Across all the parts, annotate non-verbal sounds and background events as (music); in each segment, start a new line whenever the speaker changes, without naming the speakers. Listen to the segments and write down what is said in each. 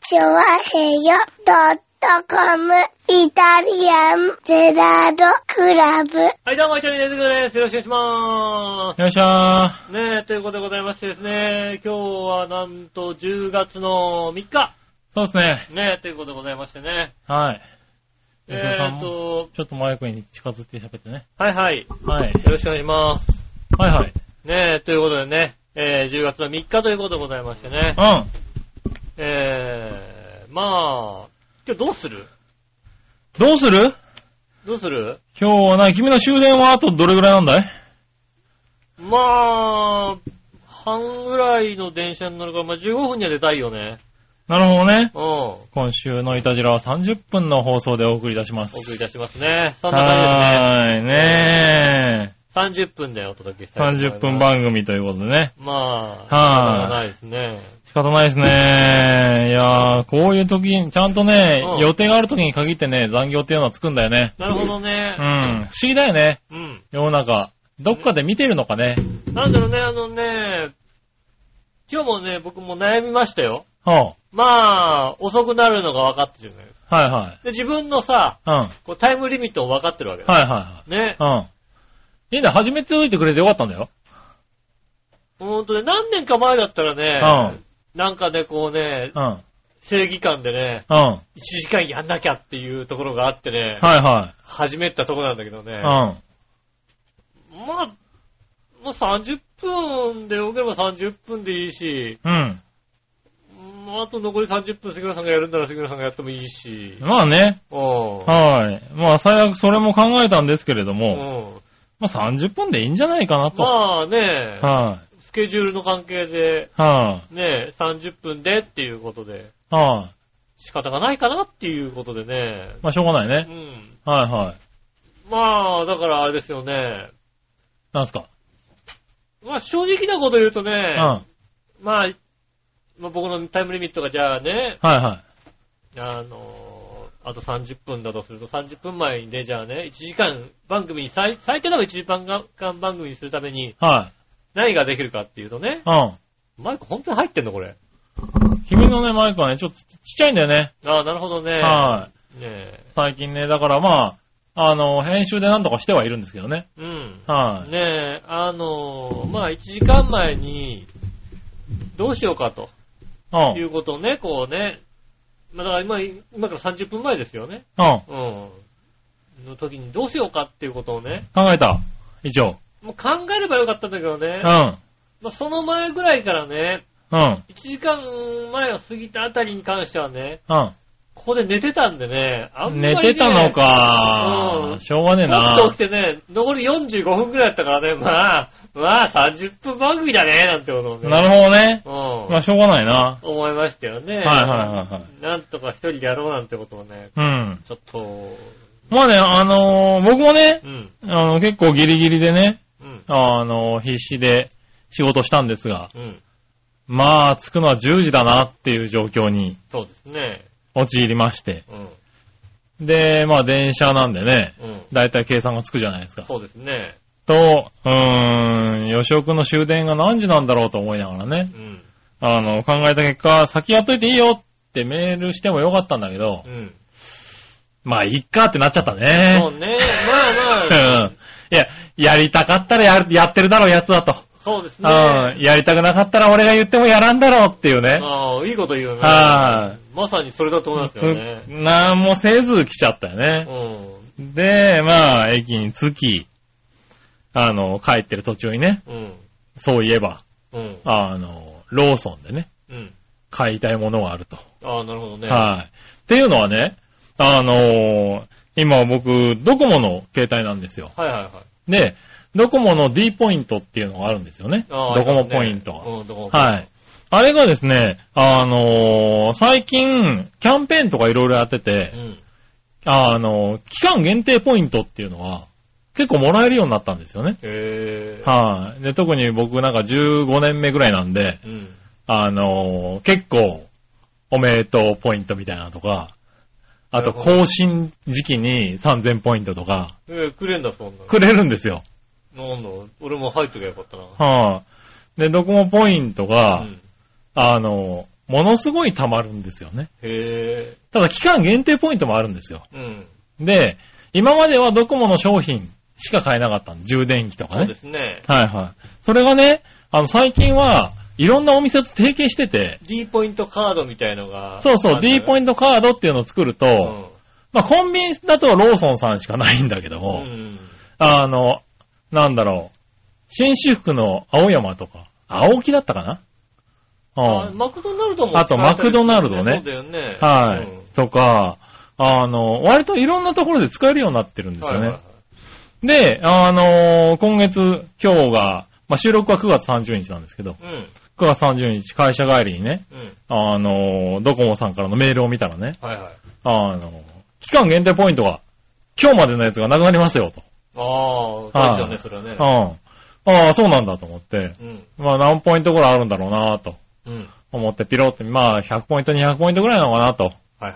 チョワヘヨドットコムイタリアンゼラードクラブ。
はい、どうも、イタリアンです。よろしくお願いしまー
よいしょー。
す。ねえ、ということでございましてですね、今日はなんと10月の3日、
そうですね。
ねえ、ということでございましてね。
はい。吉
え
田さ
ーっ
んも、
と、
ちょっとマイクに近づいて喋ってね。
はいはい。
はい。
よろしくお願いします。
はいはい。
ねえ、ということでね、えー、10月の3日ということでございましてね
う、ん。
えー、まあ、今日どうする
どうする
どうする
今日はな、君の終電はあとどれぐらいなんだい
まあ、半ぐらいの電車に乗るから、まあ15分には出たいよね。
なるほどね。
うん。お
今週のいたじらは30分の放送でお送りいたします。
送りいたしますね。そんな感じですね。
はーい、ね
30分でお届けし
え。
たいと思います。
30分。番組ということでね。
まあ、
はい
仕方ないですね。
仕方ないですね。いやー、こういう時に、ちゃんとね、
うん
予定がある時に限ってね、残業っていうのはつくんだよね。
なるほどね
うん。不。思議だよね。
うん。
世の中。どっかで見てるのかね。
なんだろうね、あのね、今日もね、僕も悩みましたよ。
は
まあ、遅くなるのが分かってるじゃないですか。
あ、はいはい。
で、自分のさ、
うん。はい
こうタイムリミットも分かってるわけだ。
はいは
ね。
い。うん。いいんだ、始めておいてくれてよかったんだよ。
ほんとね、何年か前だったらね、
うん
なんかね、こうね、
うん。うん。
正義感でね、
は
1時間やんなきゃっていうところがあってね
い、は
始めたところなんだけどね。
い。うん。
まあ、まあ30分でよければ30分でいいし、
うん。
うんあと残り30分杉村さんがやるんなら杉村さんがやってもいいし、
まあね。
うん。
はい。まあ最悪それも考えたんですけれど
う
も、
ん。
まあ30分でいいんじゃないかなと。
まあね、
は
スケジュールの関係で、
い。はい。
ね、30分でっていうことで、
はい。
仕方がないかなっていうことでね、
まあしょうがないうね。
ん。
はいはい。
まあ、だからあれですよね、
なんすか。
まあ正直なこと言うと
う
ね
ん。、はい
まあ、まあ僕のタイムリミットがじゃあね、
は
あのー、あと30分だとすると、30分前にね、じゃあね、1時間番組に、最最低でも1時間間番組にするために、
い。は
何ができるかっていうとね、
い。
マイク本当に入ってんのこれ。
うん。君のね、マイクはね、ちょっとちっちゃいんだよね。
ああ、なるほどね。。
はい
ねえ。
最近ね、だからまあ、あの、編集でなんとかしてはいるんですけどね。
うん。
はい。
ねえ、あのー、まあ、1時間前に、どうしようかと
うん。う
い
ん。
うことをね、こうね、まあ、だから今、今から30分前ですよね。
考
うん。の時にどうしようかっていうことをね、
えた。以上。
もう考えればよかったんだけど
う
ね。
ん。
まあ、その前ぐらいからね、
うん。
1時間前を過ぎたあたりに関してはね、
うん。
ここで寝てたんでね、あんまり、
寝
ね、
てたの。か、
うん
しょうがねえ
もっと起
な
き。てね、残り45分ぐらいだったからね、まあ、まあ30分番組だね、なんてことをね。
なるほどね。
ほ
まあ、しょうがないな。
うん。思いましたよね。
はいはいはいはい。
なんとか一人でやろうなんてことをね、
うん。
ちょっと、
まあね、あのー僕もね
う、ん、
あの、結構ギリギリでね、
うん、
あの必死で仕事したんですが、
うん。
まあ、着くのは10時だなっていう状況に
そうですね。
陥りまして。
うん、
で、まあ、電車なんでね、
うん。
だいたい計算がつくじゃないですか。
そうですね。
と、うーん、吉尾くんの終電が何時なんだろうと思いながらね、
うん、
あの、考えた結果、先やっといていいよってメールしてもよかったんだけど
う、ん。
まあ、いっかってなっちゃったね。
そうね。まあ
(laughs) う
まあ、
ん。いや、やりたかったらやるやってるだろう、やつだと。
そうです
う
ね。
ん。やりたくなかったら俺が言ってもやらんだろうっていうね。
ああ、いいこと言うね。
は
まさにそれだと思いますよね
つ。なんもせず来ちゃったよ
う
ね。
ん。
で、まあ、駅に着き、あの、帰ってる途中にね、
うん。
そういえば、
うん。
あの、ローソンでね、
うん。
買いたいものがあると。
ああ、なるほどね。
はい。っていうのはね、あのー今僕、ドコモの携帯なんですよ。
はいはいはい。
で、ドコモの D ポイントっていうのがあるんですよね。ド
ああ
コモポイントが。
うん、ドコモポイント。
はい。あれがですね、あのー最近、キャンペーンとかいろいろやって
う
て、
ん。
あのー期間限定ポイントっていうのは、結構もらえるようになったんですよね。
へえ。
はい。で、特に僕なんか15年目ぐらいなんで、
うん。
あのー結構、おめでとうポイントみたいなのとか、あと、
なるほど
更新時期に3000ポイントとか、
えー、くれんだ、そんな
くれるんですよ。
の。なんだ、俺も入っときゃよかったな。
はい、で、ドコモポイントが、
うん。
あの、ものすごい溜まるんですよね。
へ
ただ期間限定ポイントもあるんですよ。
ぇー。うん。
で、今まではドコモの商品しか買えなかったんで、充電器とか
そうで
ね。
すね。
はいはい。それがね、あの、最近はいろんなお店と提携してて、
D ポイントカードみたいのが。
そうそう、D ポイ
ン
ントカードっていうのを作ると、
ト。
まあ、コンビニだとローソンさんしかないんだけど
うん。う
も、
ん。
あの、なんだろう、新私服の青山とか、青木だったかな
あ
うん。
マクドナルドも。
あとマクドナルドね
そうだよね。
はい、
うん
とか、あの、割といろんなところで使えるようになってるんですよね。
はいはいはい
で、あの今月、今日が、まあ、収録は9月30日なんですけど、
うん。
9月30日会社帰りにね、
うん。
あのドコモさんからのメールを見たらね、
はいはい。
あの期間限定ポイントが、今日までのやつがなくなりますよ、と。
ああ、そうですよね、それは
う
ね
ん。。ああ、そうなんだと思って。
うん。
まあ何ポイントぐらいあるんだろうなと
うん。
思ってピロって、まあ100ポイント200ポイントぐらいなのかなと。
はいはい。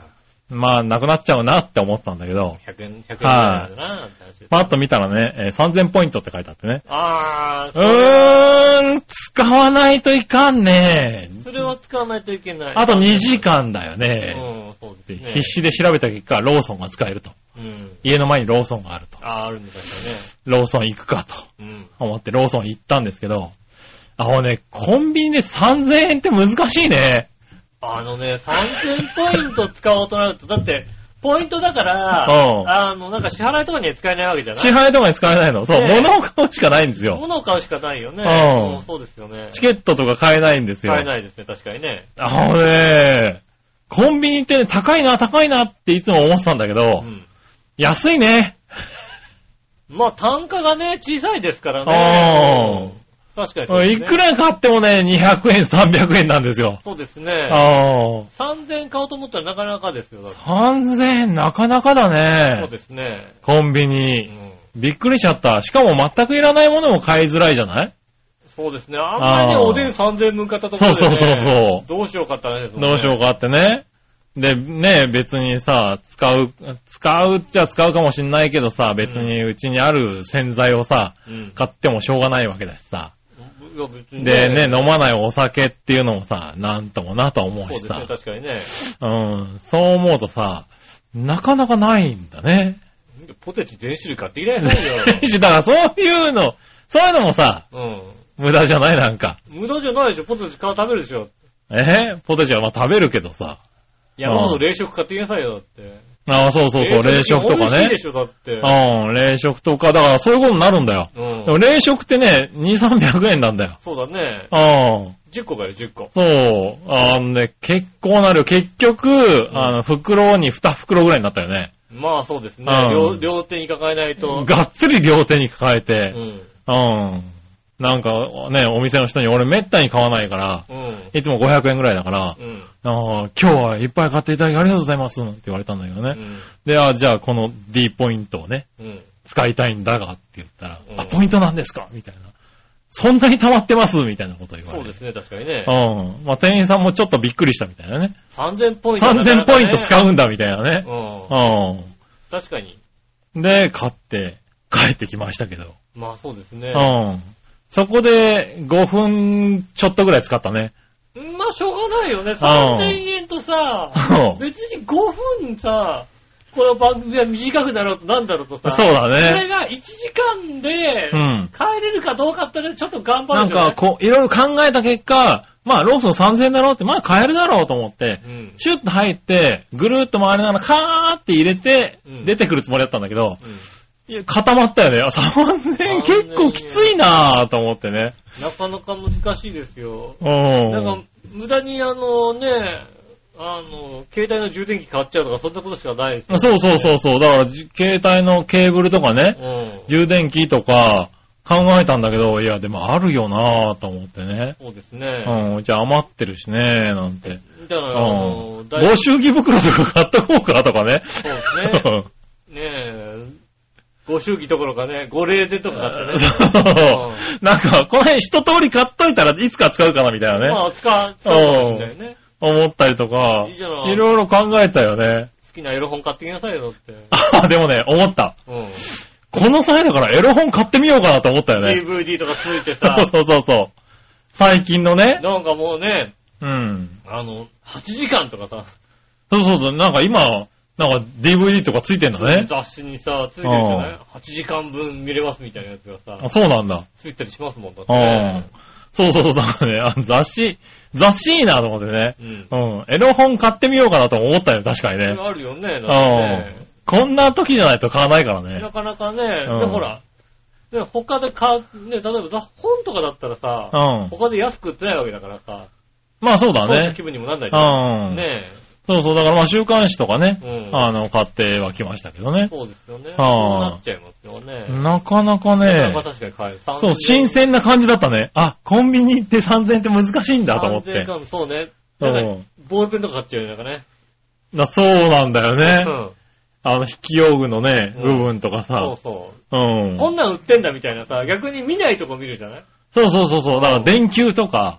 まあなくなっちゃうなって思ったんだけど、
100円、100円ぐらいだな、って話です
パッと見たらね、えー3000ポイントって書いてあってね。
ああ、
う
それは
ーん、使わないといかんね
それは使わないといけない。
あと2時間だよ
う
ね。
ん、そう
で
ですね。
必死で調べた結果、ローソンが使えると。
うん。
家の前にローソンがあると。
ああ、あるんだから
ローソン行くかと
ね。
思ってローソン行ったんですけど、あ、ほね、コンビニで3000円って難しいね。
うん。あのね、3000ポイント使おうとなると、だって、ポイントだから、
うん
あの、なんか支払いとかには使えないわけじゃな
(laughs) 支
い
払いとかに使えないの。そう、
ねえ
物を買うしかないんですよ。
物を買うしかないよね。
うん
うそうですよね。
チケットとか買えないんですよ。
買えないですね、確かにね。
あのね、コンビニってね、高いな、高いなっていつも思ってたんだけど、
うん。
安いね。
まあ、単価がね、小さいですから
あー
ね。うん確かにそうです
い
ね。
くら買ってもね、200円、300円なんですよ。
そうですね。
ああ。
3000買おうと思ったらなかなかですよ。だって
3000円、なかなかだ
そう
ね。
ですね。
コンビ
う
ニ。
ん
びっくりしちゃった。しかも全くいらないものも買いづらいじゃない
そうですね。あんまりね
あー
おでん3000分買ったところで、ね。
そうそうそうそう
どうしようかって話ですもんね。
どうしようかってね。で、ね、別にさ、使う、使うっちゃ使うかもしんないけどさ、別にうちにある洗剤をさ、
うん。
買ってもしょうがないわけだしさ。
いや別に
でね、飲まないお酒っていうのもさ、なんともなとは思う
そう
し
ですね、
さ。
確かにね。
うん、そう思うとさ、なかなかないんだね。
ポテチ全種類買ってきないです
(laughs)
よ。
だからそういうの、そういうのもさ、
う
無駄じゃないなんか。
ん。無駄じゃないでしょ、ポテチ買う食べるでしょ。
えポテチはまあ食べるけどさ。
山ほど冷食買ってきなさいよ、だって。
ああ、そうそうそう、冷食と
美
か
味しい
ね
で。しょ、だって。
うん、冷食とか、だからそういうことになるんだよ。
う
でも
ん。
冷食ってね、2、300円なんだよ。
そうだね。
うん。
10個買える、10個。
そう。あのね、結構な量。結局、あの、袋に2袋ぐらいになったよね。
まあそうですね。
うん
両両手に抱えないと。
がっつり両手に抱え
う
て、
ん。
うん。なんかね、お店の人に俺めったに買わないから、
うん。
いつも500円ぐらいだから、
うん。
ああ、今日はいっぱい買っていただきありがとうございます、なんて言われたんだけど
う
ね。
ん。
で、あじゃあこの D ポイントをね、
うん。
使いたいんだがって言ったら、
うん
あ、ポイントなんですかみたいな。そんなに溜まってますみたいなことを言わ
そ
れ
うで
て。
すね、確かにね。
うん。まあ、店員さんもちょっとびっくりしたみたいなね。
3000ポイント。
3000ポイント使
う。
うんだみたいなね。
うん。
う
確かに。
ん。で、買って帰ってきましたけど。
まあそうですね。
うん。そこで5分ちょっとぐらい使ったね。
まあしょうがないよね。3000円とさ、
そ
別に5分さ、この番組が短くなろうとなんだろうと
(laughs)
さ、
うだ
そ
ね
れ。が1時間で
う、ん。
帰れるかどうかってね、ちょっと頑張る
なん
じゃない
か、こう、いろいろ考えた結果、まあ、ローソン3000円だろうって、まあ、買えるだろうと思って、
うん。
シュッと入って、ぐるーっと回りながら、カーって入れて
う、ん
出てくるつもりだったんだけど、
うん
いや固まったよね。あ3000円結構きついなぁと思ってね。
なかなか難しいですよ。
う
なん
ん
か。、無駄にあのね、あの、携帯の充電器買っちゃうとか、そんなことしかないですよ
そうそうそうそう。だから、じ携帯のケーブルとかね、
うん。
充電器とか考えたんだけど、いや、でもあるよなぁと思ってね。
そうですね。
うん、じゃあ余ってるしね、なんて。
だから、
う
あ
ん
の、。大
ご祝儀袋とか買っとこうかとかね。
そうです (laughs) ね。ねえ、ご祝儀どころかね、ご礼でとか買
(laughs)
ってね。
そう。なんか、この辺一通り買っといたらいつか使うかなみたいなね。
まあ、使う、使うかもしれないね。
思ったりとか、
いいじゃない
ろいろ考えたよね。
好きなエロ本買ってきなさいよ、って。
あ、でもね、思った。
うん。
この際だからエロ本買ってみようかなと思ったよね。 (laughs)
DVD とかついてさ、
そうそうそうそう。最近のね、
なんかもうね、
うん。
あの、8時間とかさ、
そうそうそう、なんか今、なんか DVD とかついてんだね。
雑誌にさ、ついてるじゃない ?8 時間分見れますみたいなやつがさ、
あそうなんだ。
ついたりしますもんだっ
う
て
ん。。そうそうそう、なんかね、あの雑誌、雑誌いいなと思ってね。
うん。
うん。エロ本買ってみようかなと思ったよ、確かに
それ
ね。
あるよね、
う
だってね
ん。こんな時じゃないと買わないから
な
ね。
かなかね、
うん
で、ほら、で、他で買う、ね、例えばざ本とかだったらさ、
うん。
他で安く売ってないわけだからさ、
まあそうだ
そういう
ね。
気分にもなんないじゃん。
うん。
ね
そうそう、だからまあ週刊誌とかね
え。、うん。
あの、買ってはきましたけどね。
そうですよね。
あー
そうなっちゃいますよね。
なかなかね
まあ、確かに買える。
そう、新鮮な感じだったね。あ、コンビニ行って3000円って難しいんだと思っ
3000
て。
かもそうね。
う
なんか
ん。
ボールペンとか買っちゃうよね、なんかね。
なそうなんだよね。
うん。
あの、引き用具のね、
う
部
ん
分とか
そう
さ。
そうう。
ん。
こんなん売ってんだみたいなさ、逆に見ないとこ見るじゃない
そうそうそうそう。だから電球とか、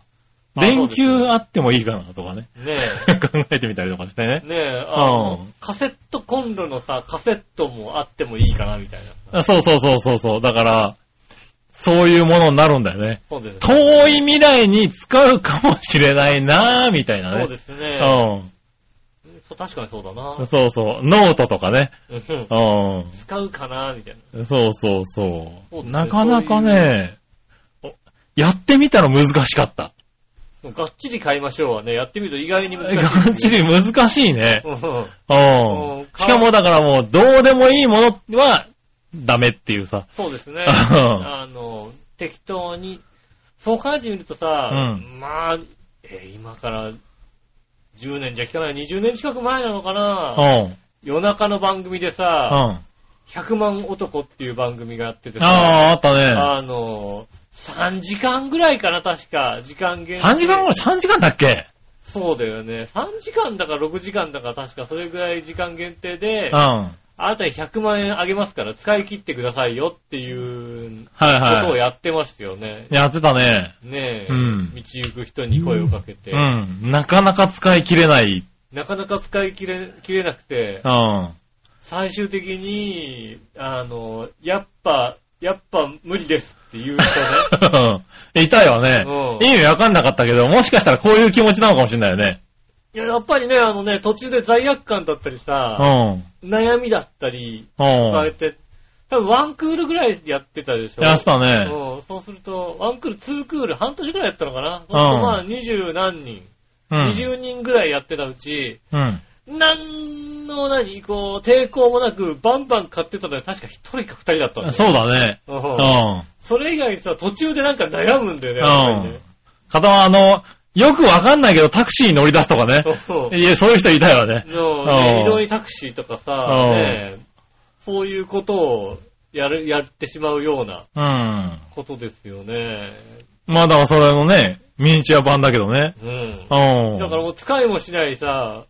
あそう
電
ですね
球あってもいいかなとかね。 (laughs)
ね
考えてみたりとかしてね
え。。ねえ、あの
うん
カセットコンロのさ、カセットもあってもいいかな、みたいな。
あそうそうそうそうそう。だから、そういうものになるんだよね。
そうですね。
遠い未来に使うかもしれないなぁ、みたいなね。
そうですね。そう確かにそうだ
うん。
な。
そうそう。ノートとかね。
うん
う
使うかな、みたいな。
ん。そうそうそ
そうです
う。
ね
なかなかね、おやってみたら難しかった。
でもがっちり買いましょうはね、やってみると意外に難しい。
(laughs) がっちり難しいね。
うん。うん
う
うん
ん。しかもだからもう、どうでもいいものは、ダメっていうさ。
そうですね。
うん
あの、適当に、そう考えてみるとさ、
う
まあ、えー今から10年じゃ聞かない、20年近く前なのか
う
な、
ん。
夜中の番組で
うん。
さ、
あ
100万男っていう番組がやっててさ、
あー、あったね。
あの、3時間ぐらいかな、確か。時間限定。
3時間後、3時間だっけ
そうだよね。3時間だか6時間だか確かそれぐらい時間限定で、
うん。はい
あなたに100万円あげますから使い切ってくださいよっていうことを
はい。
やってましたよね。
やってたね。
ねえ、
うん
道行く人に声をかけて、
うん。なかなか使い切れない。
なかなか使い切れ切れなくて、
うん。 (laughs)
最終的に、あの、やっぱ、やっぱ無理ですって
(laughs)
言う人ね。
いたよね。
うん
意味わかんなかったけど、もしかしたらこういう気持ちなのかもしれないよね。
いや、やっぱりね、あのね、途中で罪悪感だったりさ、
う
悩みだったり、
ん。う
変え
ん。
て、多分ワンクールぐらいやってたでしょ。
やってたね。
うん、そうすると、ワンクール、ツークール、半年ぐらいやったのかな。そうするとまあ、二十何人、
うん
二。十人ぐらいやってたうち、
うん。
なんの何、こう、抵抗もなく、バンバン買ってたのは確か一人か二人だったんだよ。
そうだね。
うん
うん。
それ以外にさ、途中でなんか悩むんだよね、やっぱりね。
片はあの、よくわかんないけどタクシーに乗り出すとかね
そ。うそう。
いや、そういう人いたよね。
の
うん
ね移動にタクシーとかさ、
うん
ねそういうことをやる、やってしまうような
うん。
ことですよね。
まあだからそれのね、ミニチュア版だけどね。
うん。
うん。
だからもう使いもしないさ、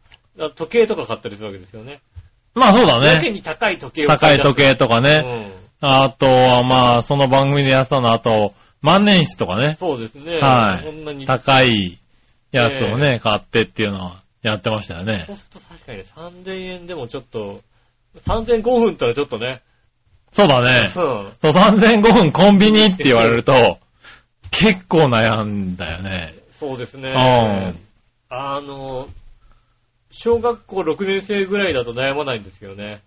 時計とか買ったりするわけですよね。
まあそうだ
やけ
ね。
に高い時計を
高
買
い時計とかね。
計。うん。
あとはまあ、その番組でやってたの、あと、万年筆とかね、
そうですね。
はい
こんなに。
高いやつをね、買ってっていうのはやってましたよね
そ。うすると確かにね3000円でもちょっと、3005分ったらちょっとね。
そうだ
う
ね。
ん。
そう、3005分コンビニって言われると、結構悩んだよね。
そうです
う
ね
ん。。
あの、小学校6年生ぐらいだと悩まないんですけどね。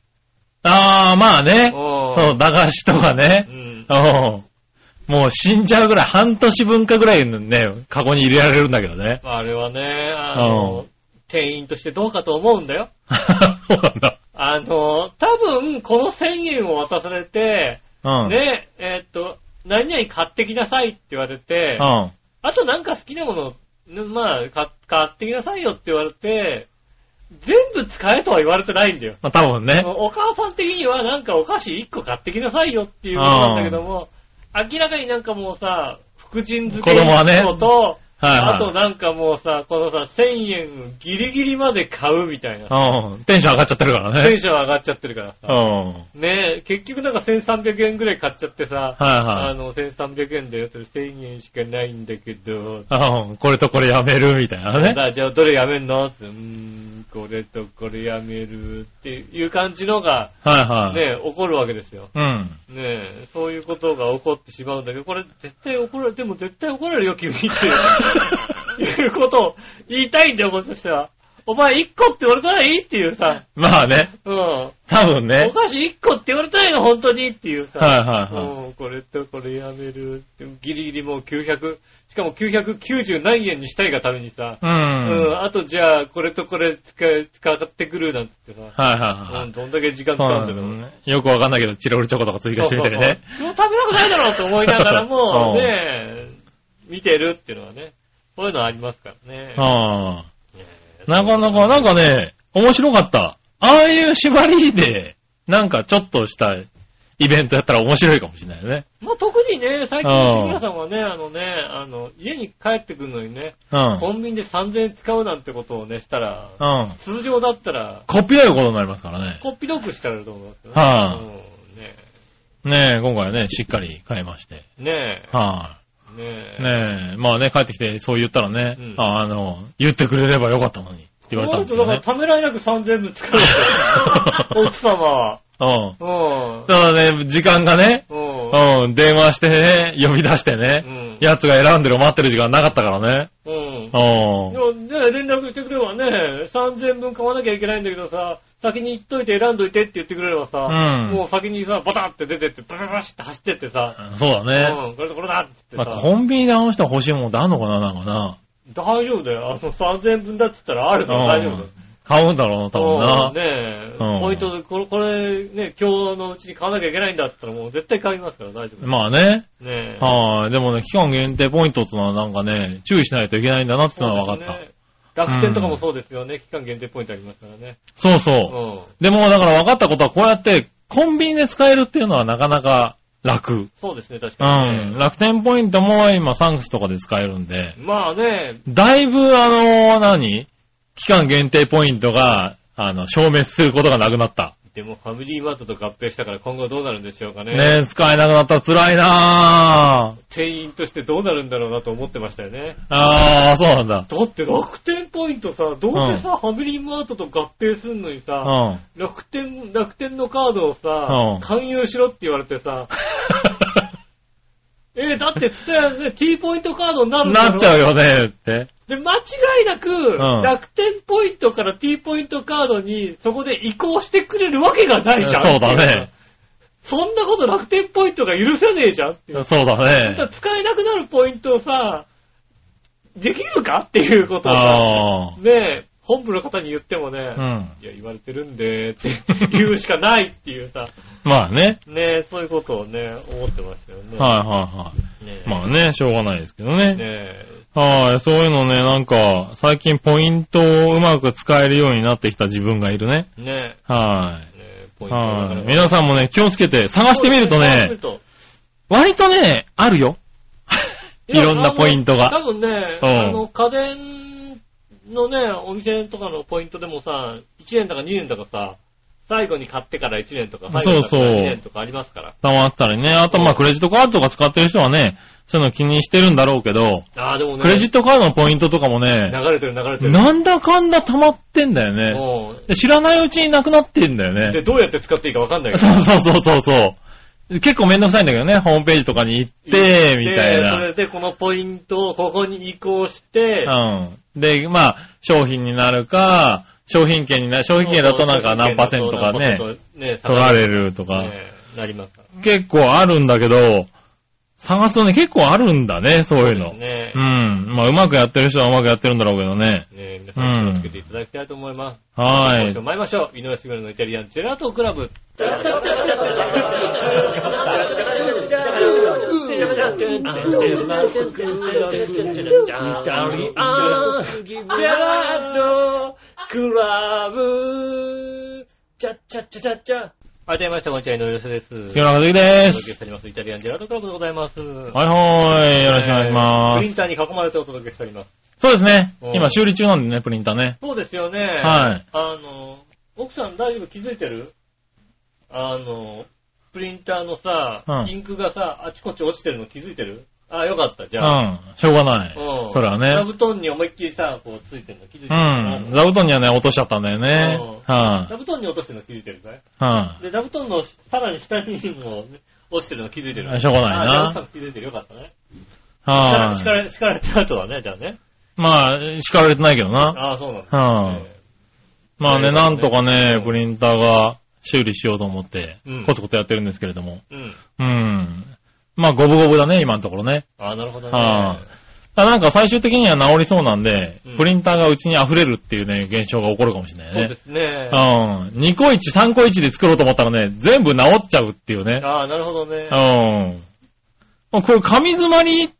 あー、まあね。そうう、駄菓子とかね
ん。う。ん。。
(laughs) うん。もう死んじゃうぐらい、半年分かぐらいのね、カゴに入れられるんだけどね (laughs)
あれはね、あの、店員としてどうかと思うんだよ。
そうなんだ。
あの、多分、この1000円を渡されて、
うん。
ね、えーっと、何々買ってきなさいって言われて、
う
あ
ん。
となんか好きなもの、ねまあ、か買ってきなさいよって言われて、全部使えとは言われてないんだよ。
まあ多分ね。
お母さん的にはなんかお菓子1個買ってきなさいよっていうことなんだけども、明らかになんかもうさ、福神漬け
子供はね
1個と、
はい、はい。
あとなんかもうさ、このさ、1000円ギリギリまで買うみたいな。
うん。テンション上がっちゃってるから
テン
ね。
ション上がっちゃってるから
う
さ
ん。。は
ねえ、結局なんか1300円ぐらい買っちゃってさ、
い
あ
は
の、1300円だよ、それ1000円しかないんだけど、
い。うん。これとこれやめるみたいなね。
だじゃあどれやめんのって、うーん、これとこれやめるっていう感じのが、
はいはい。
ね、起こるわけですよ。
うん。
ねえ、そういうことが起こってしまうんだけど、これ絶対怒られ、でも絶対怒られるよ、君って。
(laughs)
いうことを言いたいんだよ、こっちとしては。お前1個って言われたらいいっていうさ。
まあね、
うん。
多分ね
お。菓子1個って言われたいの、本当にっていうさ。
はいはいはい
もうこれとこれやめるって。ギリギリもう900、しかも990何円にしたいがためにさ。
う。
うん
はい
ん、あとじゃあ、これとこれ使え使ってくるなんて言ってさ。
はい
うん
は
どんだけ時間
い。
使
そう
うん
な
だろう。
のね。よくわかんないけど、チロルチョコとか追加してみたりね。
そうそうそう。食べたくないだろうと思いながらも、
(laughs) うん
ねえ、見てるっていうのはね、そういうのはありますからね。
あ
ね
あ。なかなか、なんかね、面白かった。ああいう縛りで、なんかちょっとしたイベントやったら面白いかもしれないよね。
まあ特にね、最近、志村さんはね、あのね、あの、家に帰ってくるのにね、
うん。
コンビニで3000円使うなんてことをね、したら、
うん。
通常だったら、
コピーよことになりますからね。
こっぴどくしたらと思いますよね。
はあ
うんね
ねえ、今回はね、しっかり買いまして。
え、ね
は
え、ね
い。
え。
ねえ、まあね、帰ってきてそう言ったらね、
うん
ああの、言ってくれればよかったのにって言われたんですよ
この
ね
人。だからためらいなく3000円分使
(laughs)
うんですよ。奥様は。
うん。
うん。
ただね、時間がね、
うん。
うん、電話してね、呼び出して
う
ね、
ん。
奴が選んでるを待ってる時間なかったからね。
うん。
う
で
ん。
もね、連絡してくればね、3000分買わなきゃいけないんだけどさ、先に行っといて選んどいてって言ってくれればさ、
うん
もう先にさ、バタって出てって、バシャバシャって走ってってさ、
そうだね。
うん、これとこれだって
ま
言っ
あ
てさ、
コンビニであの人欲しいもんってあんのかな、なんかな。
大丈夫だよ。あの3000分だって言ったらあるから大丈夫だよ。
買うんだろうな、多分
そう
な。
ねえ、
うん
ポイントで、これ、これね、今日のうちに買わなきゃいけないんだったらもう絶対買いますから大丈夫。
まあね。
ねえ。
はい。でもね、期間限定ポイントってのはなんかね、注意しないといけないんだなってのは分かった。
た。楽天とかもそうですよね。期間限定ポイントありますからね。
そうそう
う。ん。
でもだから分かったことはこうやってコンビニで使えるっていうのはなかなか楽。
そうですね、確
う
かに、ね。
ん。楽天ポイントも今サンクスとかで使えるんで、
まあね、
だいぶあの、何期間限定ポイントが、あの、消滅することがなくなった。
でもファミリーマートと合併したから今後どうなるんでしょうかね。
ねえ、使えなくなったら辛いなぁ。
店員としてどうなるんだろうなと思ってましたよね。
あー、そうなんだ。
だって楽天ポイントさ、どうせさ、ファミリーマートと合併すんのに
う
さ、
ん。
楽天、楽天のカードをさ
う、ん
勧誘しろって言われてさ、えーだってつったらね、T ポイントカードになるんだろ
なっちゃうよねって。
で、間違いなく、
ん
楽天ポイントから T ポイントカードに、そこで移行してくれるわけがないじゃん。
そうだね。
そんなこと楽天ポイントが許せねえじゃんっていう。
そう
だ
だ
から
ね。
使えなくなるポイントをさ、できるかっていうことをさ、
あー。
ねえ、本部の方に言ってもね、
うん。
いや、言われてるんで、って言うしかないっていうさ、
まあね。
ねえ、そういうことをね、思ってましたよね。
はいはいはい。
ねえ
まあね、しょうがないですけどね。
ねえ、
はい、そういうのね、なんか、最近ポイントをうまく使えるようになってきた自分がいるね。
ね
は
え、ねえポ
い。
イントだか
は
ら
い。皆さんもね、気をつけて探してみるとね、割とね、あるよ。いろんなポイント
多
が。
分ね、
うん
あの、家電のね、お店とかのポイントでもさ、1年とか2年とかさ、最後に買ってから1年とか、最後に買ってから2年とかありますから。
たまったりね。あと、まあ、クレジットカードとか使ってる人はね、そういうの気にしてるんだろうけど、
ああ、でもね、
クレジットカードのポイントとかも
流
ね、
れてる流れてる。
なんだかんだ溜まってんだよね。
もう
で知らないうちになくなってんだよね。
で、どうやって使っていいかわかんないか
そ
ら。
うそうそうそうそう。結構めんどくさいんだけどね、ホームページとかに行って、みたい
でそ
な。
れでこのポイントをここに移行して、
うん。で、まあ、商品になるか、商品券になる、商品券だとなんか何パーセントかね、
ね、
取られるとか、
ねなりますか
結構あるんだけど、探すとね、結構あるんだね、そういう
ら。
の。
ね
う。ん。まあ、うまくやってる人はうまくやってるんだろうけどね。
ね皆さん気をつけていただきたいと思います。
は
今
い
週。も参りましょう。井上杉村のイタリアンジェラートクラブ。あ、どうもみなさん、こんにちは、井上杉です。お
杉村和樹で
届けし
す。
ております。イタリアンジェラートクラブでございます。は
はいはーい。よろしくお願いしま
プリ
す。
ンターに囲まれてお届けしております。
そうですね。
うん
今修理中なんでね、プリンターね。
そうですよね。
はい。
あの、奥さん大丈夫気づいてるあの、プリンターのさ、
うん
インクがさ、あちこち落ちてるの気づいてるあ、よかった、じ
う
ゃあ。
ん。しょうがない。
うん
それはね。
座布団に思いっきりさ、こうついてるの気づいてる
う
かな。
ん。座布団にはね、落としちゃったんだよね
うん。
はい、
座布団に落としてるの気づいてるかい
は
で、座布団のさらに下にもね落ちてるの気づいてる
しょうがないな
あじゃあ奥さん気づいてるよかったね。
い、はい、
叱られ、叱られた後だね、じゃあね。
まあ、叱られてないけどな。
ああ、そうなんです
はい
ね
まあね、
ね
なんとかね
う、ん
プリンターが修理しようと思って
うん、
コツコツやってるんですけれども。
うん。
うん。まあ、五分五分だね、今のところね。
ああ、なるほどね。
はいあなんか最終的には治りそうなんで
うん、
プリンターがうちに溢れるっていうね、現象が起こるかもしれない
そうで
ね。
すね。
うん。2個1、3個1で作ろうと思ったらね、全部治っちゃうっていうね。
ああ、なるほどね。
うん。もうこれ、紙詰まり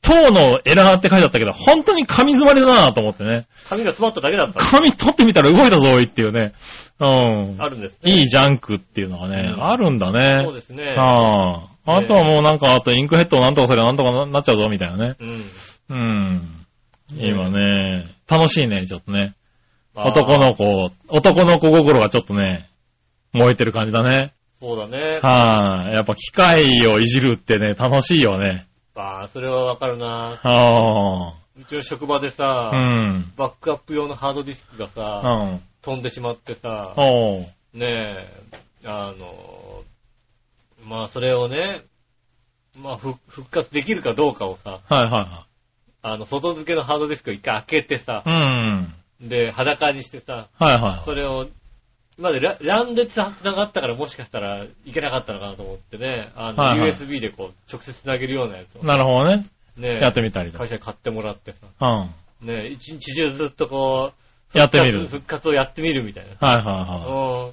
等のエラーって書いてあったけど、本当に紙詰まりだなと思ってね。
髪が詰まっただけだったの
紙取ってみたら動いたぞ、おいっていうね。うん。
あるんですね。
いいジャンクっていうのがね、
うん
あるんだ
そう
ね。
ですね。
ああ。あとはもうなんか、あとインクヘッドをなんとかすればなんとかななっちゃうぞ、みたいなね。
うん。
うん。今ね、楽しいね、ちょっとね。男。の子、男の子心がちょっとね、燃えてる感じだね。
そうだね。
はい、やっぱ機械をいじるってね、楽しいよね。
ああ、それはわかるな。
は
うちの職場で
あ。
さ
う、ん。
バックアップ用のハードディスクがさ、
うん。
飛んでしまってさ、
おう。
ねえ、あの、まあそれをね、まあふ復活できるかどうかをさ、
はいは
あの、外付けのハードディスクを一回開けてさ
い、はい。うん。
で、裸にしてさ、
はいは
それを、までラランでつな繋がったからもしかしたらいけなかったのかなと思ってね、あの、
はいはい
USB でこう、直接繋げるようなやつを
い。、なるほどね。
ねえ
やってみたりと。
会社に買ってもらってさ、
うん。
ねえ、一日中ずっとこう、
やってみる。
復活をやってみるみたいな。
はいはいは
うん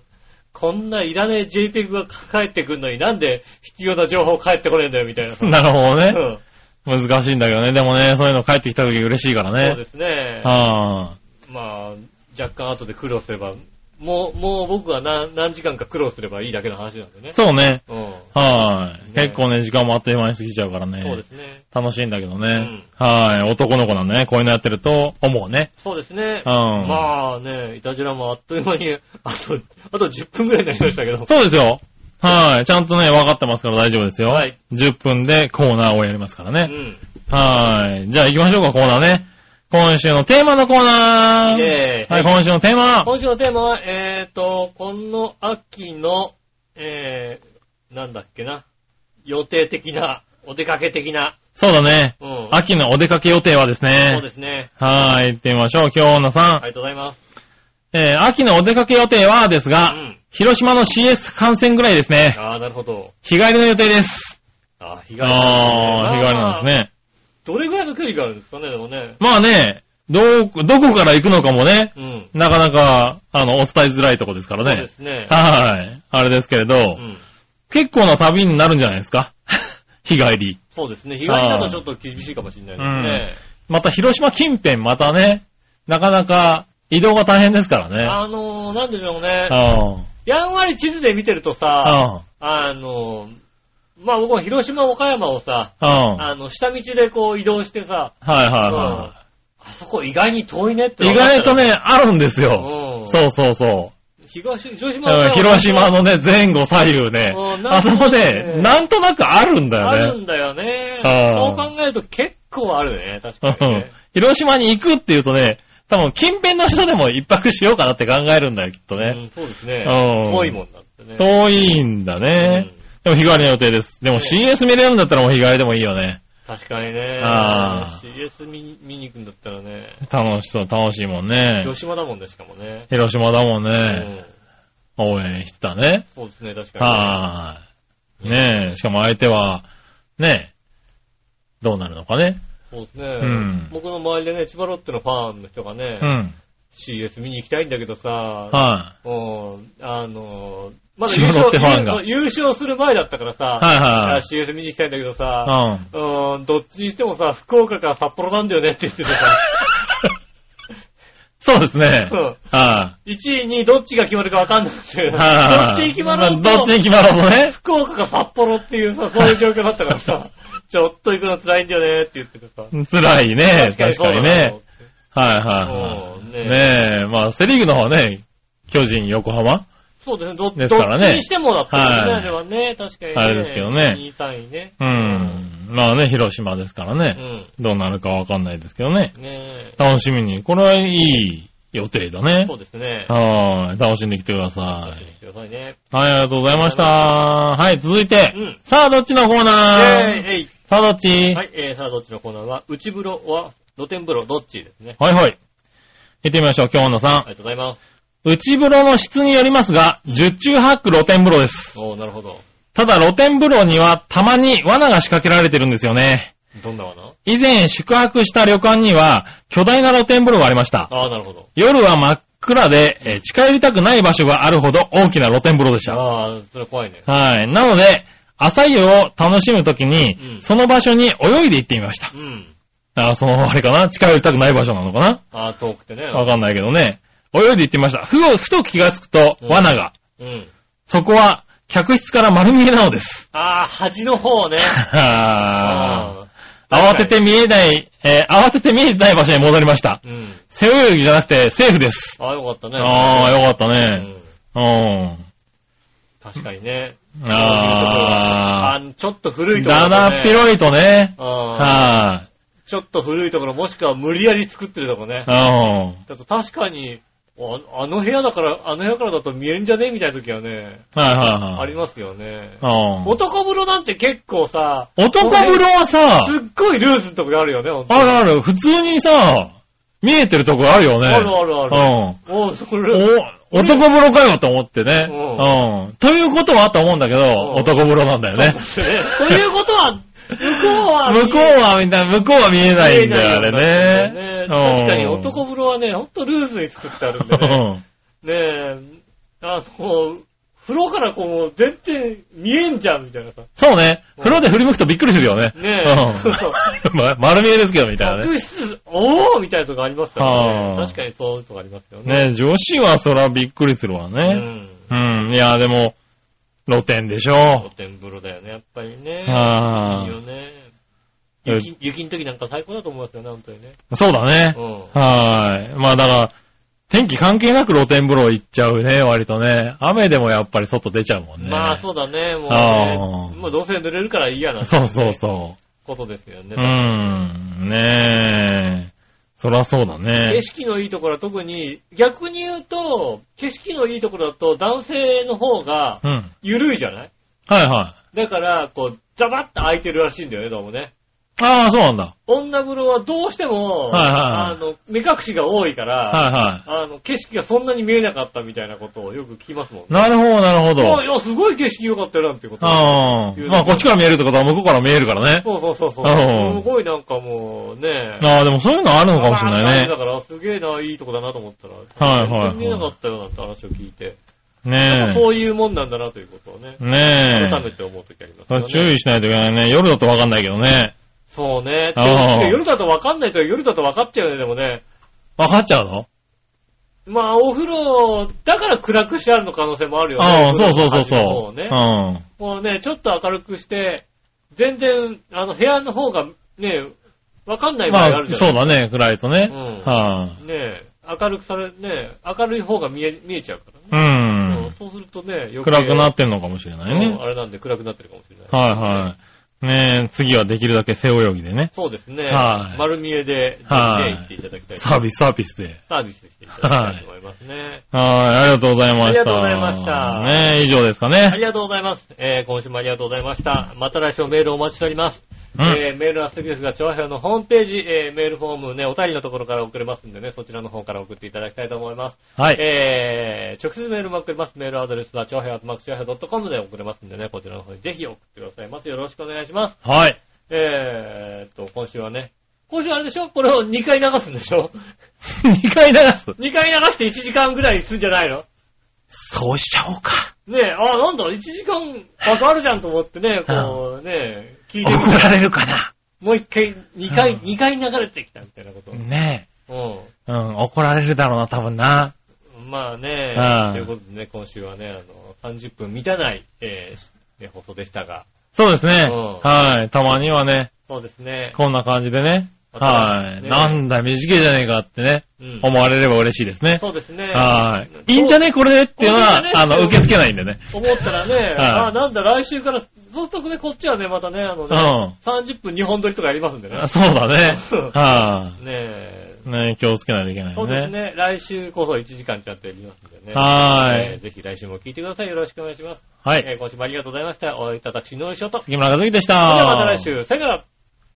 こんないらねえ JPEG が返ってくんのになんで必要な情報返ってこねえんだよみたいな。
い。 (laughs) なるほど
う
ね。
ん
難しいんだけどね。でもね、そういうの帰ってきた時嬉しいから
そうで
ね。
すね。
は
まあ、若干後で苦労すれば、もう、もう僕は何何時間か苦労すればいいだけの話なんでね
い。。そうね。
うん。
はい。
ね
結構ね、時間もあっという間に過ぎちゃうからね。
そうですね。
楽しいんだけどね。
う
はい。男の子なんでね、こういうのやってると思うね。
そうですね。
うん
まあね、いたじらもあっという間に、あと、あと10分くらいになりましたけど。
そうですよ。はい。ちゃんとね、分かってますから大丈夫ですよ。
はい。
10分でコーナーをやりますから
う
ね。
ん。
はい。じゃあ行きましょうか、コーナーね。今週のテーマのコー
イ
ナー。
ェーイ
はい、今週のテー (laughs) マ。
今週のテーマは、えーと、この秋の、えー、なんだっけな、予定的な、お出かけ的な、
そうだね。
うん。
秋のお出かけ予定はです
そう
ね
で。すね。
はい、行ってみましょう。今日のさん。
ありがとうございます。
えー、秋のお出かけ予定はです
う
が、
ん。
広島の CS 観戦ぐらいですね。
ああ、なるほど。
日帰りの予定です。
ああ、日帰りなんですね。
ああー、日帰りなんですね。
どれぐらいの距離があるんですかね、でもね。
まあね、どこ、どこから行くのかもね、
うん。
なかなか、あの、お伝えづらいとこですから
そうで
ね。
すね。
はい。あれですけれど、
うん。
結構な旅になるんじゃないですか (laughs) 日帰り。
そうですね。日帰りだとちょっと厳しいかもしれないですね。
また広島近辺、またね、なかなか移動が大変ですからね。
あのー、なんでしょうね。
うん。
やんわり地図で見てるとさ、
うん。
あのー、まあ僕は広島、岡山をさ、
うん。はい
あの、下道でこう移動してさ、
はい
うん
は
あそこ意外に遠いねって
い。意
分かった
外とね、あるんです
う
よ。
ん。
そうそうそう。
東、広島
うん
は
広島のね、前後左右ね
うん。な
あ
んと
そ
なくね
こね、なんとなくあるんだ
あ
よ
る
ね。
んだよね。
う
そうん考えると結構あるね、確
う
かに
ん
ね。
広島に行くっていうとね、多分近辺の人でも一泊しようかなって考えるんだよ、きっと
う
ね。
んそうですね。
うん
遠いもんだってね。
遠いんだね。でも日帰りの予定です。でも CS 見れるんだったらもう日帰りでもいいよね。
確かにね。
あー
CS 見に見に行くんだったらね、
楽しそう、楽しいもんね。
広島だもんね、しかもね。
広島だもん
う
ね。
ん
応援してたね。
そうですね、確か
はーい。ねえ、しかも相手は、ねえ、どうなるのかね。
にね。そうです
うん
ね。僕の周りでね、千葉ロッテのファンの人がね
う、ん。
CS 見に行きたいんだけどさ、
は
うん、あの、まだ
千
優
葉ロッ
勝
テファンが
優勝する前だったからさ、
い。はい
あ
はい
CS 見に行きたいんだけどさ、
はい。うん。 (laughs)
うん、どっちにしてもさ、福岡か札幌なんだよねって言ってた (laughs) から、
そうですね。
うん
は
1位にどっちが決まるかわかんなくて、
い。
ど
はい
っちに決まる
まあどっちに決まろうとね。
福岡か札幌っていうさ、そういう状況だったから
(laughs)
さ、ちょっと行くの辛いんだよねって言っててさ。
辛いね。確
そう
か
だ
に
な
ね。はいは
うん
いは
ね
い。ねえ、まあセリーグの方はね、巨人、横浜
そうですね、ど
ですからね
どっちにしてもだったん
は
ね、
い
あれはね、確かにね。
あれですけどね
2、3位ね。
うん。まあね、広島ですから
う
ね。
ん。
どうなるかわかんないですけどね。
ね
楽しみに。これはいい予定だ
え。
ね
そ。うですね。
はい。楽しんできてくださ
教
い。
えてくださいね。
はい、ありがとうございました。はい、続いて
うん。
さあ、どっちのコーナ
え
ー
いえい
さあ、どっち
はい、えー、さあどっちのコーナーは、内風呂は、露天風呂、どっちですね。
はいはい。行ってみましょう、今日のさ
ありがとうございます。
ん。内風呂の質によりますが、十中八九露天風呂です。
おー、なるほど。
ただ露天風呂にはたまに罠が仕掛けられてるんですよね。
どんな罠
以前宿泊した旅館には巨大な露天風呂がありました。
あー、なるほど。
夜は真っ暗で、えー近寄りたくない場所があるほど大きな露天風呂でした。
あー、それ怖いね。
はい。なので、朝湯を楽しむときに、
うん
その場所に泳いで行ってみました
う。ん。
あーその、あれかな近寄りたくない場所なのかな
あー、遠くてね。
わかんないけどね。泳いで行ってみました。ふふと気がつくと、
うん
罠が。
うん。
そこは、客室から丸見えなのです。
あー、端の方ね。
は
あ
ぁ慌てて見えない、えー慌てて見えない場所に戻りました。
ー。うん。
背泳ぎじゃなくて、セーフです。
あー、よかったね。
ああ、よかった
う
ね。
ん。
うん。
確かにね。
ああ、
あー、ちょっと古いところ、ね。
だなっ広いとね。
あー
は
ちょっと古いところ、もしくは無理やり作ってるとこね
い。。うん。
だと確かに、ああの部屋だから、あの部屋からだと見えるんじゃねみたいな時はね、
はいはいはい。
ありますよね。
うん
男風呂なんて結構さ、
男風呂はさ
こ、の辺すっごいルーズのとこがあるよね、ほんとに
あるある、普通にさ、見えてるとこあるよね。
あるあるある。
うん。
おう、それ、
お、男風呂かよと思ってね。
う
うん。ということはと思うんだけど、
ん
男風呂なんだよね。
そうだね (laughs) ということは、向こうは、
向こうはみんな、向こうは見えないんだよ、あ
見え
れね。
ないんだよ確かに
うん
男風呂はね、ほんとルーズに作ってあるんでね。ねえ、あの、風呂からこう、全然見えんじゃん、みたいなさ。
そうね。風呂で振り向くとびっくりするよね。
ね
(laughs) うん
え、そうそう。
ま丸見えですけど、みたいなね。
客室、おーみたいなとこありますからね。
はあ
確かにそういうとこありますよね。
ね、女子はそらびっくりするわ
う
ね。
ん。
うん。いや、でも、露天でし
露
ょ。
天風呂だよね、やっぱりね。いい
は
よね。
え
雪、雪の時なんか最高だと思いますよね、本当にね。
い。そうだね
う。ん。
はい。まあだから、天気関係なく露天風呂行っちゃうね、割とね。雨でもやっぱり外出ちゃうもんね。
まあそうだね、もう
ああ
ね。もうどうせ濡れるからいいやな。
そうそうそ
ことですよね
う。う。ん。ねえ。そらそうだ
景
ね。
色のいいところは特に、逆に言うと、景色のいいところだと男性の方が
うん。
緩いじゃない
はいはい。
だから、こう、ザバッと開いてるらしいんだよね、どうもね。
ああ、そうなんだ。
女風呂はどうしても、
はいはいはい
あの、目隠しが多いから、
はいは
あの、景色がそんなに見えなかったみたいなことをよく聞きますもん
い。なるほど、なるほ
あい
ど。
や、すごい景色良かったよなんてこと。
ああ。まあこっちから見えるってことは向こうから見えるからね。
そうそうそうそう。
うん
すごいなんかもう、ね
ああ、でもそういうのあるのかもしれない
だから、すげえな、いいとこだなと思ったら、
はいはいはい
全然見えなかったよなんて話を聞いて、
ね。ね
そういうもんなんだなということをね
え。、ね
改め
え。
て思うときあります
そ
よ
れ
ね。
注意しないといけないね。夜だとわかんないけどね。
そうね。
うん
でも夜だと分かんないと夜だと分かっちゃうよね、でもね。
わかっちゃうの
まあ、お風呂、だから暗くしてあるの可能性もあるよね。
ああ、そうそうそう
お風呂の
そ
端の
う。
方をね
うん。
もうね、ちょっと明るくして、全然、あの、部屋の方が、ね、わかんない場
ま
合があ
あ
る、じゃ
そ
な
う
い
だね、暗いとね。
うん
は
ねえ、明るくされ、ねえ、明るい方が見え、見えちゃうからね。
い。うん
うん。そうするとね、よ
暗くなってんのかもしれない
うん
ね。
あれなんで暗くなってるかもしれない。
はいはい。ねえ、次はできるだけ背泳ぎでね。
そうですね。
はい
丸見えで、
はい
ぜひね行っていただきたい。
サービス、サービスで。
サービスしていただきたいと思いますね。
はい、ありがとうございました。
ありがとうございました
ねえ、以上ですか
あ
ね。
りがとうございます。えー、今週もありがとうございました。また来週もメールをお待ちしております。
うん
えー、メールは素敵ですが、調和表のホームページ、えー、メールフォームね、お便りのところから送れますんでね、そちらの方から送っていただきたいと思います。
はい。
えー、直接メールも送れます。メールアドレスは、超平マーク超平 .com で送れますんでね、こちらの方にぜひ送ってくださいます。よろしくお願いします。
はい。 (laughs)
えーっと、今週はね、今週あれでしょこれを2回流すんでしょ (laughs)
2回流す。
?2 回流して1時間ぐらいするんじゃないの
そうしちゃおうか。
ねえ、あ、なんだ、1時間かかるじゃんと思って
(laughs)
ね、こうね、聞いてみたら、
れるかな。
もう1回、2回、
うん
2回流れてきたみたいなこと。
ね
うん。
え。うん、怒られるだろうな、多分な。
まあね
う、ん
ということでね、今週はね、あの、30分満たない、えーね放送でしたが、
そうですね
うん。
はい。たまにはね、
そうですね。
こんな感じでね。
また
はい。
ね
なんだ、短いじゃねえかってね、
うん。
思われれば嬉しいですね。
そうですね。
はい。いいんじゃ
ね
ねこれでっていうの
これでね
は、あの、受け付けないんでね。
思ったらね、あ、なんだ、来週から、早速ね、こっちはね、またね、あの
う
ね、
ん。
30分2本撮りとかやりますんでね。
そうだね
そう。
は
ねえ。
い。ね気をつけないといけな
そうです
いね。
ね。来週こそ1時間ちゃんとやりますんでね。
はー
えー
い。
ぜひ来週も聞いてください。よろしくお願いします。
は
え
い。
ー今週もありがとうございました。お会いいただきのりしょと。それ
杉村和樹でし
で
た。
はまた来週。さよなら。